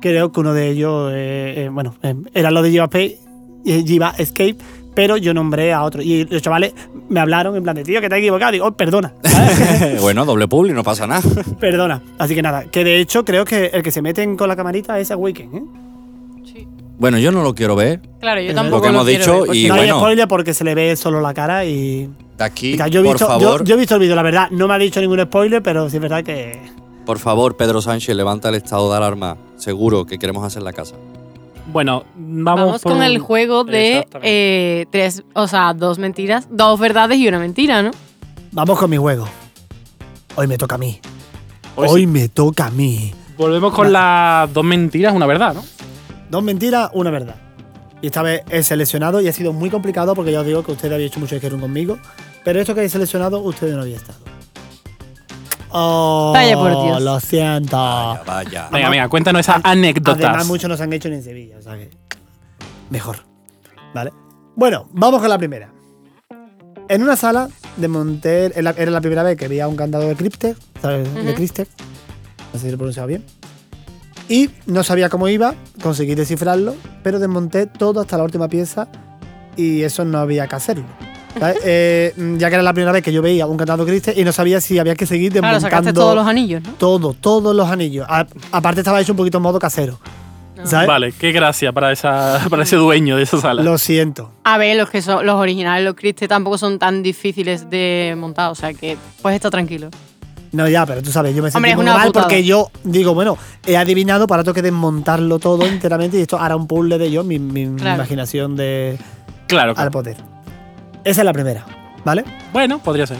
Speaker 4: Creo que uno de ellos, eh, eh, bueno, eh, era lo de Jiva Pay- eh, Jiva Escape, pero yo nombré a otro. Y los chavales me hablaron en plan de, tío, que te has equivocado. Digo, "Oh, perdona,
Speaker 5: bueno, doble publi, no pasa nada.
Speaker 4: perdona. Así que nada, que de hecho creo que el que se meten con la camarita es a Weekend, ¿eh?
Speaker 5: Bueno, yo no lo quiero ver.
Speaker 6: Claro, yo
Speaker 4: Lo
Speaker 6: tampoco
Speaker 5: que
Speaker 6: lo
Speaker 5: hemos
Speaker 6: quiero
Speaker 5: dicho
Speaker 6: ver, porque-
Speaker 5: Y
Speaker 4: no
Speaker 5: bueno.
Speaker 4: hay spoiler porque se le ve solo la cara y...
Speaker 5: De aquí,
Speaker 4: y tal, yo, he
Speaker 5: por
Speaker 4: visto, yo-
Speaker 5: favor,
Speaker 4: yo, he visto el vídeo, la verdad, no me ha dicho ningún spoiler, pero sí es verdad que...
Speaker 5: por favor, Pedro Sánchez, levanta el estado de alarma. Seguro que queremos hacer la casa.
Speaker 7: Bueno, vamos,
Speaker 6: Vamos
Speaker 7: por
Speaker 6: con
Speaker 7: un-
Speaker 6: el juego de
Speaker 7: Exactamente.
Speaker 6: eh, tres, o sea, dos mentiras, dos verdades y una mentira, ¿no?
Speaker 4: Vamos con mi juego. Hoy me toca a mí.
Speaker 7: Hoy
Speaker 4: Hoy,
Speaker 7: sí.
Speaker 4: me toca a mí.
Speaker 7: Volvemos con las dos mentiras, una verdad, ¿no?
Speaker 4: Dos mentiras, una verdad. Y esta vez he seleccionado y ha sido muy complicado porque ya os digo que ustedes habían hecho mucho esquerun conmigo. Pero esto que he seleccionado, ustedes no habían estado. Oh,
Speaker 6: Vaya por Dios.
Speaker 4: Lo siento.
Speaker 5: Ya, vaya.
Speaker 7: Venga, venga, cuéntanos esas
Speaker 4: Además,
Speaker 7: anécdotas.
Speaker 4: muchos nos han hecho ni en Sevilla, o sea que. Mejor. ¿Vale? Bueno, vamos con la primera. En una sala de Monter. en la- Era la primera vez que veía un candado de Cryptex, ¿sabes? De
Speaker 6: Ujú.
Speaker 4: Cryptex. No sé si lo he pronunciado bien. Y no sabía cómo iba, conseguí descifrarlo, pero desmonté todo hasta la última pieza y eso no había que hacerlo. ¿sabes? Eh, ya que era la primera vez que yo veía un candado de Cryptex y no sabía si había que seguir
Speaker 6: Claro,
Speaker 4: desmontando
Speaker 6: sacaste todos los anillos, ¿no?
Speaker 4: todo, todos los anillos. A- aparte estaba hecho un poquito en modo casero.
Speaker 6: Ah.
Speaker 4: ¿Sabes?
Speaker 7: Vale, qué gracia para, esa, para ese dueño de esa sala.
Speaker 4: Lo siento.
Speaker 6: A ver, los que son los originales, los Christie tampoco son tan difíciles de montar, o sea que puedes estar tranquilo.
Speaker 4: No, ya, pero tú sabes, yo me sentí
Speaker 6: Hombre, es
Speaker 4: muy
Speaker 6: una
Speaker 4: mal
Speaker 6: putada.
Speaker 4: porque yo digo, bueno, he adivinado para tengo que desmontarlo todo enteramente y esto hará un puzzle de yo, mi, mi
Speaker 6: Claro.
Speaker 4: imaginación de
Speaker 7: Claro,
Speaker 4: al
Speaker 7: claro.
Speaker 4: poder. Esa es la primera, ¿vale?
Speaker 7: Bueno, podría ser.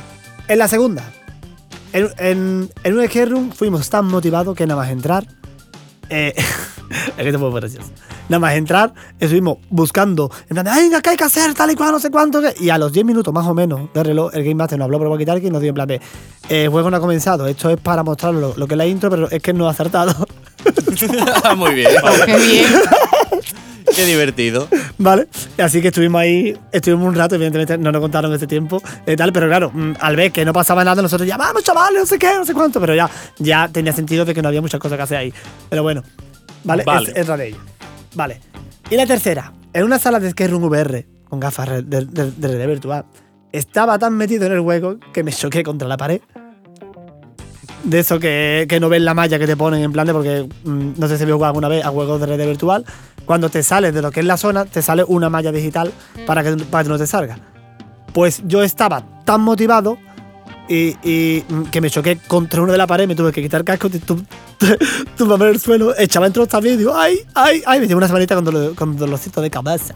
Speaker 4: En la segunda, en, en, en un escape room fuimos tan motivados que nada más entrar. eh, es que te puedo gracioso. Nada más entrar, estuvimos buscando. En plan, de, "Ay, venga, ¿qué hay que hacer? Tal y cual, no sé cuánto. que-". Y a los 10 minutos más o menos de reloj, el Game Master nos habló por walkie y nos dio en plan de: "Eh, El juego no ha comenzado. Esto es para mostrar lo, lo que es la intro, pero es que no ha acertado.
Speaker 5: Muy bien.
Speaker 6: ¡Qué bien!
Speaker 5: Qué divertido.
Speaker 4: ¿Vale? Así que estuvimos ahí, estuvimos un rato, evidentemente no nos contaron este tiempo y tal, pero claro, mm, al ver que no pasaba nada, nosotros ya, vamos chavales, no sé qué, no sé cuánto, pero ya, ya tenía sentido de que no había muchas cosas que hacer ahí. Pero bueno, ¿vale?
Speaker 7: Vale.
Speaker 4: Es, es la de ella. Vale. Y la tercera, en una sala de skate room VR, con gafas re- de, de- de realidad virtual, estaba tan metido en el juego que me choqué contra la pared. De eso que, que no ves la malla que te ponen en plan de porque mm, no sé si habéis jugado alguna vez a juegos de red virtual. Cuando te sales de lo que es la zona, te sale una malla digital para que, para que no te salga. Pues yo estaba tan motivado y, y, mm, que me choqué contra uno de la pared, me tuve que quitar el casco, tu- tu- tumbame en el suelo, echaba entró también y digo, ay, ay, ay, me llevo una semanita con, dolor, con dolorcito de cabeza.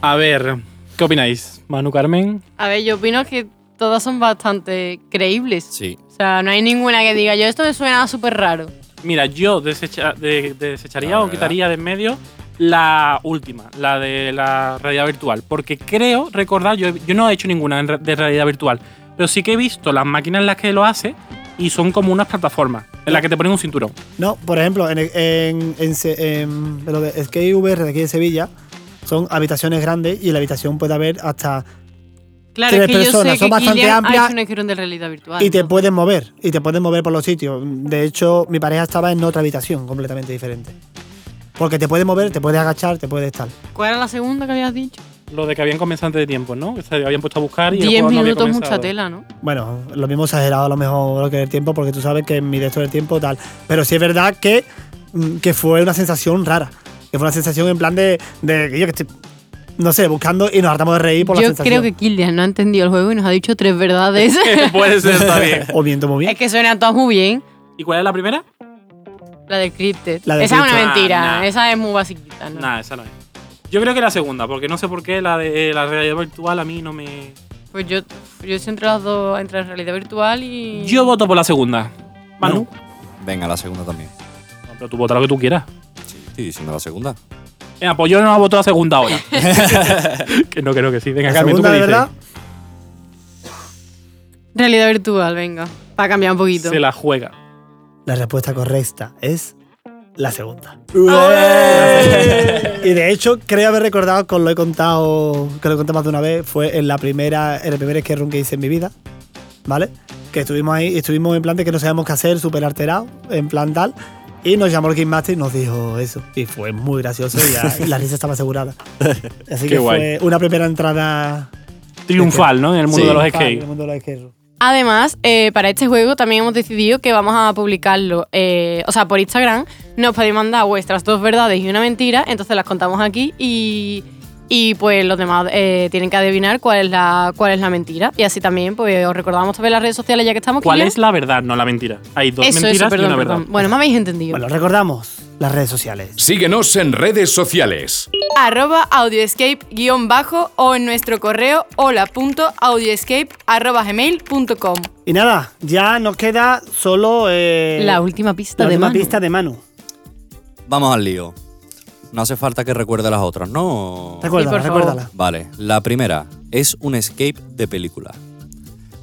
Speaker 7: A ver, ¿qué opináis? Manu Carmen.
Speaker 6: A ver, yo opino que todas son bastante creíbles.
Speaker 5: Sí.
Speaker 6: O sea, no hay ninguna que diga, yo esto me suena súper raro.
Speaker 7: Mira, yo desecha- de- desecharía
Speaker 5: La
Speaker 7: o
Speaker 5: verdad.
Speaker 7: quitaría de en medio la última, la de la realidad virtual. Porque creo, recordar, yo, yo no he hecho ninguna en re- de realidad virtual. Pero sí que he visto las máquinas en las que lo hace y son como unas plataformas en las que te ponen un cinturón.
Speaker 4: No, por ejemplo, en, en, en Se- en lo de Skate VR de aquí de Sevilla, son habitaciones grandes y en la habitación puede haber hasta...
Speaker 6: Claro,
Speaker 4: Tres
Speaker 6: es que yo
Speaker 4: personas,
Speaker 6: sé
Speaker 4: son
Speaker 6: que
Speaker 4: bastante
Speaker 6: Kilian ha
Speaker 4: amplias
Speaker 6: hecho un esquirón de realidad virtual.
Speaker 4: Y te
Speaker 6: ¿no?
Speaker 4: pueden mover, y te pueden mover por los sitios. De hecho, mi pareja estaba en otra habitación completamente diferente. Porque te puedes mover, te puedes agachar, te puedes tal.
Speaker 6: ¿Cuál era la segunda que habías dicho?
Speaker 7: Lo de que habían comenzado antes de tiempo, ¿no? Que se habían puesto a buscar y. el
Speaker 6: 10
Speaker 7: juego no había
Speaker 6: minutos es mucha
Speaker 7: comenzado.
Speaker 6: tela, ¿no?
Speaker 4: Bueno, lo mismo exagerado a lo mejor lo que el tiempo, porque tú sabes que mi de esto del tiempo tal. Pero sí es verdad que, mm, que fue una sensación rara. Que fue una sensación en plan de. de que yo que estoy, no sé, buscando y nos hartamos de reír por la
Speaker 6: Yo
Speaker 4: sensación.
Speaker 6: creo que Killian no ha entendido el juego y nos ha dicho tres verdades.
Speaker 7: Puede ser, está bien.
Speaker 4: O viento muy bien.
Speaker 6: es que suena todo muy bien.
Speaker 7: ¿Y cuál es la primera?
Speaker 6: La del Cryptid.
Speaker 4: La del
Speaker 6: esa es una
Speaker 7: Cryptid.
Speaker 6: mentira.
Speaker 7: Ah, nah.
Speaker 6: Esa es muy basiquita. ¿no?
Speaker 7: Nada, esa no es. Yo creo que la segunda, porque no sé por qué la de eh, la realidad virtual a mí no me.
Speaker 6: Pues yo, yo estoy entre las dos, entre realidad virtual y.
Speaker 7: Yo voto por la segunda. Manu.
Speaker 5: Venga, la segunda también.
Speaker 7: No, pero tú vota lo que tú quieras.
Speaker 5: Sí, estoy diciendo la segunda.
Speaker 7: Venga, pues yo no voto la segunda ahora. que no creo que sí. Venga,
Speaker 4: La
Speaker 7: Carmen, tú
Speaker 4: segunda,
Speaker 7: qué
Speaker 4: de
Speaker 7: dices.
Speaker 4: verdad,
Speaker 6: Realidad virtual, venga. Para cambiar un poquito.
Speaker 7: Se la juega.
Speaker 4: la respuesta correcta es la segunda.
Speaker 7: ¡Eh! ¡Ué!
Speaker 4: Y de hecho, creo haber recordado, con lo he contado, que lo he contado más de una vez, fue en la primera, en el primer escape room que hice en mi vida, ¿vale? Que estuvimos ahí, y estuvimos en plan de que no sabíamos qué hacer, súper alteraado, en plan tal, y nos llamó el Game Master y nos dijo eso, y fue muy gracioso y la, y la risa estaba asegurada. Así
Speaker 7: Qué
Speaker 4: que
Speaker 7: guay.
Speaker 4: fue una primera entrada
Speaker 7: Triunfal, ¿no? En el mundo
Speaker 5: Sí.
Speaker 7: de los
Speaker 4: triunfal en el
Speaker 7: skates.
Speaker 4: mundo de los escape room.
Speaker 6: Además, eh, para este juego también hemos decidido que vamos a publicarlo, eh, o sea, por Instagram nos podéis mandar vuestras dos verdades y una mentira, entonces las contamos aquí y, y, pues los demás eh, tienen que adivinar cuál es la cuál es la mentira. Y así también pues os recordamos también las redes sociales ya que estamos.
Speaker 7: ¿Cuál
Speaker 6: Kilian.
Speaker 7: es la verdad? No la mentira. Hay dos
Speaker 6: Eso,
Speaker 7: mentiras
Speaker 6: eso, perdón,
Speaker 7: y una
Speaker 6: perdón.
Speaker 7: verdad.
Speaker 6: Bueno, me habéis entendido.
Speaker 4: Bueno, recordamos las redes sociales.
Speaker 1: Síguenos en redes sociales.
Speaker 9: arroba audioescape guión bajo o en nuestro correo hola.audioescape arroba gmail.com.
Speaker 4: Y nada, ya nos queda solo eh,
Speaker 6: la última pista
Speaker 4: la
Speaker 6: de
Speaker 4: última
Speaker 6: Manu.
Speaker 4: pista de Manu.
Speaker 5: Vamos al lío. No hace falta que recuerde las otras, ¿no?
Speaker 4: Recuérdala,
Speaker 6: por favor.
Speaker 4: recuérdala.
Speaker 5: Vale, la primera es un escape de película.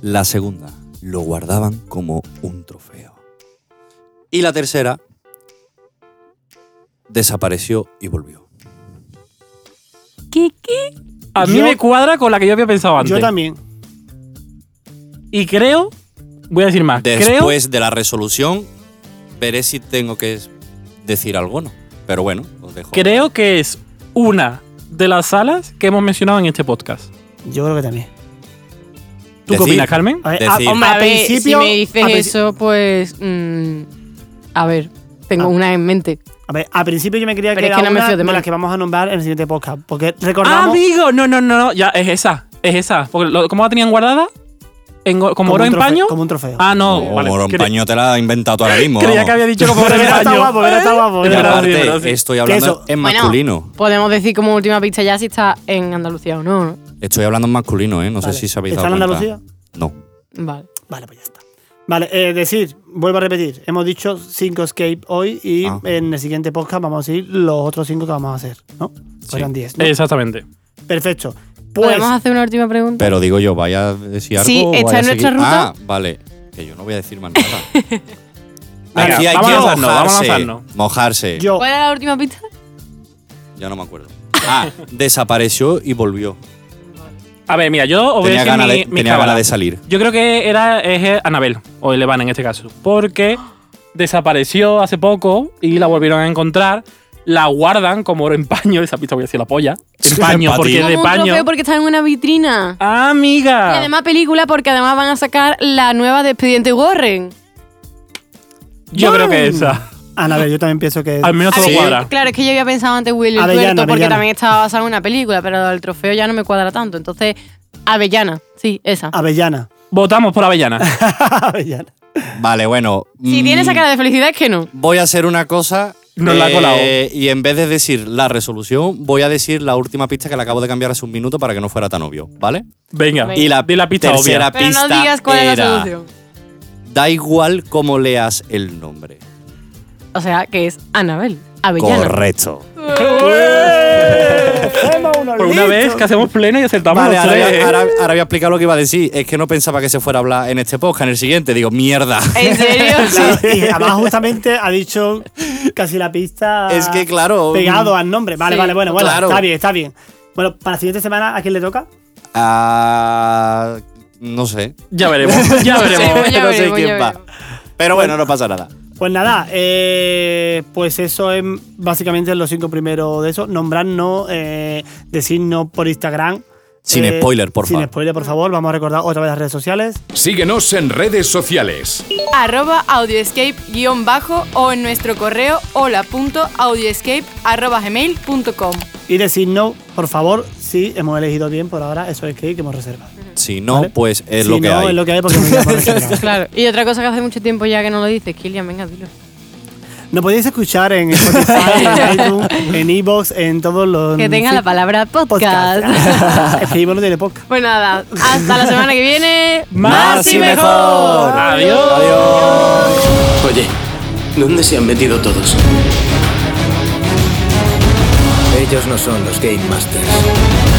Speaker 5: La segunda, lo guardaban como un trofeo. Y la tercera, desapareció y volvió.
Speaker 6: ¿Qué, qué?
Speaker 7: A mí
Speaker 4: Yo-
Speaker 7: me cuadra con la que yo había pensado antes.
Speaker 4: Yo también.
Speaker 7: Y creo. Voy a decir más. Ah, creo.
Speaker 5: Después de la resolución, veré si tengo que decir algo o no. Pero bueno, os dejo.
Speaker 7: Creo que es una de las salas que hemos mencionado en este podcast.
Speaker 4: Yo creo que también.
Speaker 7: ¿Tú qué
Speaker 5: Decir.
Speaker 7: opinas, Carmen?
Speaker 4: A ver,
Speaker 5: Decir.
Speaker 4: a-
Speaker 6: Hombre,
Speaker 4: a
Speaker 6: a ver, si
Speaker 4: principio-
Speaker 6: me dices
Speaker 4: a princi-
Speaker 6: eso, pues mm, a ver, tengo
Speaker 4: Ah.
Speaker 6: una en mente.
Speaker 4: A ver, al principio yo me quería
Speaker 6: Pero
Speaker 4: que
Speaker 6: es
Speaker 4: era
Speaker 6: que no me
Speaker 4: una
Speaker 6: fío de
Speaker 4: de
Speaker 6: Manu.
Speaker 4: las que vamos a nombrar en el siguiente podcast. Porque
Speaker 7: Ah,
Speaker 4: recordamos
Speaker 7: amigo, no, no, no, no, ya es esa, es esa. Porque lo- ¿Cómo la tenían guardada? En, go- como, oro
Speaker 4: un
Speaker 7: en
Speaker 4: trofeo-
Speaker 7: paño.
Speaker 4: Como un trofeo.
Speaker 7: Ah, no,
Speaker 5: Oh,
Speaker 7: vale.
Speaker 5: Morón
Speaker 7: cre-
Speaker 5: Paño te la ha inventado tú ahora mismo.
Speaker 7: creía
Speaker 5: vamos.
Speaker 7: que había dicho como oro en
Speaker 4: Pero está
Speaker 7: paño.
Speaker 4: guapo, pero está guapo.
Speaker 5: Y
Speaker 7: Es verdad,
Speaker 5: aparte,
Speaker 7: sí, es verdad, sí.
Speaker 5: estoy hablando
Speaker 4: eso-
Speaker 5: en
Speaker 6: Bueno,
Speaker 5: masculino.
Speaker 6: Podemos decir como última pista ya si está en Andalucía o no, ¿no?
Speaker 5: Estoy hablando en masculino, ¿eh? No
Speaker 4: Vale.
Speaker 5: sé si sabéis
Speaker 4: ¿Está
Speaker 5: dado
Speaker 4: en
Speaker 5: cuenta.
Speaker 4: Andalucía?
Speaker 5: No.
Speaker 6: Vale.
Speaker 4: Vale, pues ya está. Vale, eh, decir, vuelvo a repetir, hemos dicho cinco escape hoy y
Speaker 5: Ah.
Speaker 4: en el siguiente podcast vamos a decir los otros cinco que vamos a hacer, ¿no? Pues eran diez, ¿no?
Speaker 7: Exactamente.
Speaker 4: Perfecto. Pues,
Speaker 6: ¿Podemos hacer una última pregunta?
Speaker 5: Pero digo yo, vaya a decir algo.
Speaker 6: Sí,
Speaker 5: o
Speaker 6: está
Speaker 5: vaya
Speaker 6: en
Speaker 5: a
Speaker 6: nuestra
Speaker 5: seguir-
Speaker 6: ruta.
Speaker 5: Ah, vale. Que yo no voy a decir más nada.
Speaker 7: Venga,
Speaker 5: Aquí hay
Speaker 7: vamos
Speaker 5: que
Speaker 7: a lanzarnos, vamos a
Speaker 5: mojarse.
Speaker 7: lanzarnos.
Speaker 5: mojarse.
Speaker 4: yo,
Speaker 6: ¿Cuál era la última pista?
Speaker 5: Ya no me acuerdo. Ah, desapareció y volvió.
Speaker 7: A ver, mira, yo os voy a
Speaker 5: Tenía
Speaker 7: decir
Speaker 5: ganas
Speaker 7: mi-
Speaker 5: de,
Speaker 7: mi
Speaker 5: tenía
Speaker 7: cábala.
Speaker 5: ganas de salir.
Speaker 7: Yo creo que era es eh, Anabel o Elevan en este caso, porque desapareció hace poco y la volvieron a encontrar. La guardan como oro en paño, esa pista voy a decir la polla. En paño,
Speaker 5: Pa' ti.
Speaker 7: porque
Speaker 5: Es
Speaker 6: Como
Speaker 7: de
Speaker 6: un
Speaker 7: paño.
Speaker 6: trofeo porque está en una vitrina. Y
Speaker 4: Ah.
Speaker 7: Amiga.
Speaker 6: además película porque además van a sacar la nueva de Expediente Warren.
Speaker 7: Yo creo que esa.
Speaker 4: Anabel, yo también pienso que...
Speaker 7: Al menos
Speaker 6: A
Speaker 7: todo
Speaker 6: ver,
Speaker 7: cuadra.
Speaker 6: Claro, es que yo había pensado antes Willy el
Speaker 4: Avellana,
Speaker 6: Tuerto porque
Speaker 4: Avellana.
Speaker 6: también estaba basado en una película, pero el trofeo ya no me cuadra tanto. Entonces, Avellana, sí, esa.
Speaker 4: Avellana.
Speaker 7: Votamos por Avellana.
Speaker 4: Avellana.
Speaker 5: Vale, bueno.
Speaker 6: Si
Speaker 5: mm,
Speaker 6: tiene esa cara de felicidad es que no.
Speaker 5: Voy a hacer una cosa. eh,
Speaker 7: Nos la ha colado.
Speaker 5: y en vez de decir la resolución, voy a decir la última pista que la acabo de cambiar hace un minuto para que no fuera tan obvio, ¿vale?
Speaker 7: Venga.
Speaker 5: Y la,
Speaker 7: di la pista
Speaker 5: tercera
Speaker 7: obvia.
Speaker 6: Pero
Speaker 5: pista
Speaker 6: no digas cuál
Speaker 5: era,
Speaker 6: es la solución.
Speaker 5: Da igual cómo leas el nombre.
Speaker 6: O sea, que es Anabel, Avellana.
Speaker 5: Correcto.
Speaker 7: Por una vez que hacemos pleno y acertamos
Speaker 5: Vale,
Speaker 7: los
Speaker 5: ahora,
Speaker 7: tres,
Speaker 5: voy
Speaker 7: ¿eh?
Speaker 5: a- ahora- ahora voy a explicar lo que iba a decir. Es que no pensaba que se fuera a hablar en este podcast, en el siguiente. Digo, mierda.
Speaker 6: ¿En serio?
Speaker 4: Y además justamente ha dicho casi la pista...
Speaker 6: Ah.
Speaker 5: Es que, claro,
Speaker 4: Pegado al nombre. Vale,
Speaker 6: Sí,
Speaker 4: vale, bueno, bueno.
Speaker 5: claro.
Speaker 4: Está bien, está bien. Bueno, para la siguiente semana, ¿a quién le toca?
Speaker 5: Ah, no sé.
Speaker 7: Ya veremos, ya
Speaker 6: No sé,
Speaker 7: veremos.
Speaker 6: ya
Speaker 5: no sé
Speaker 6: veremos,
Speaker 5: quién
Speaker 6: ya
Speaker 5: va.
Speaker 6: veremos.
Speaker 5: Pero bueno, no pasa nada.
Speaker 4: Pues nada, eh, pues eso es básicamente los cinco primeros de eso. Nombrar no, eh, decir no por Instagram. Eh,
Speaker 5: Sin spoiler, por
Speaker 4: sin
Speaker 5: favor.
Speaker 4: spoiler, por favor. Vamos a recordar otra vez las redes sociales.
Speaker 1: Síguenos en redes sociales.
Speaker 9: arroba audioescape-bajo o en nuestro correo hola.audioescape.gmail.com
Speaker 4: Y decir no, por favor, si hemos elegido bien por ahora, eso es que, que hemos reservado.
Speaker 5: Si no,
Speaker 4: ¿Vale?
Speaker 5: pues es
Speaker 4: Si
Speaker 5: lo que
Speaker 4: no,
Speaker 5: hay.
Speaker 4: es lo que hay porque no lo hemos reservado.
Speaker 6: Claro. Y otra cosa que hace mucho tiempo ya que no lo dices, Kilian, venga, dilo.
Speaker 4: Nos podéis escuchar en Spotify, en iTunes, en Evox, en todos los.
Speaker 6: Que tenga la palabra podcast.
Speaker 4: es que Evox no tiene podcast.
Speaker 6: pues nada, hasta la semana que viene.
Speaker 5: Más y mejor.
Speaker 7: Adiós.
Speaker 10: Oye, ¿dónde se han metido todos? Ellos no son los Game Masters.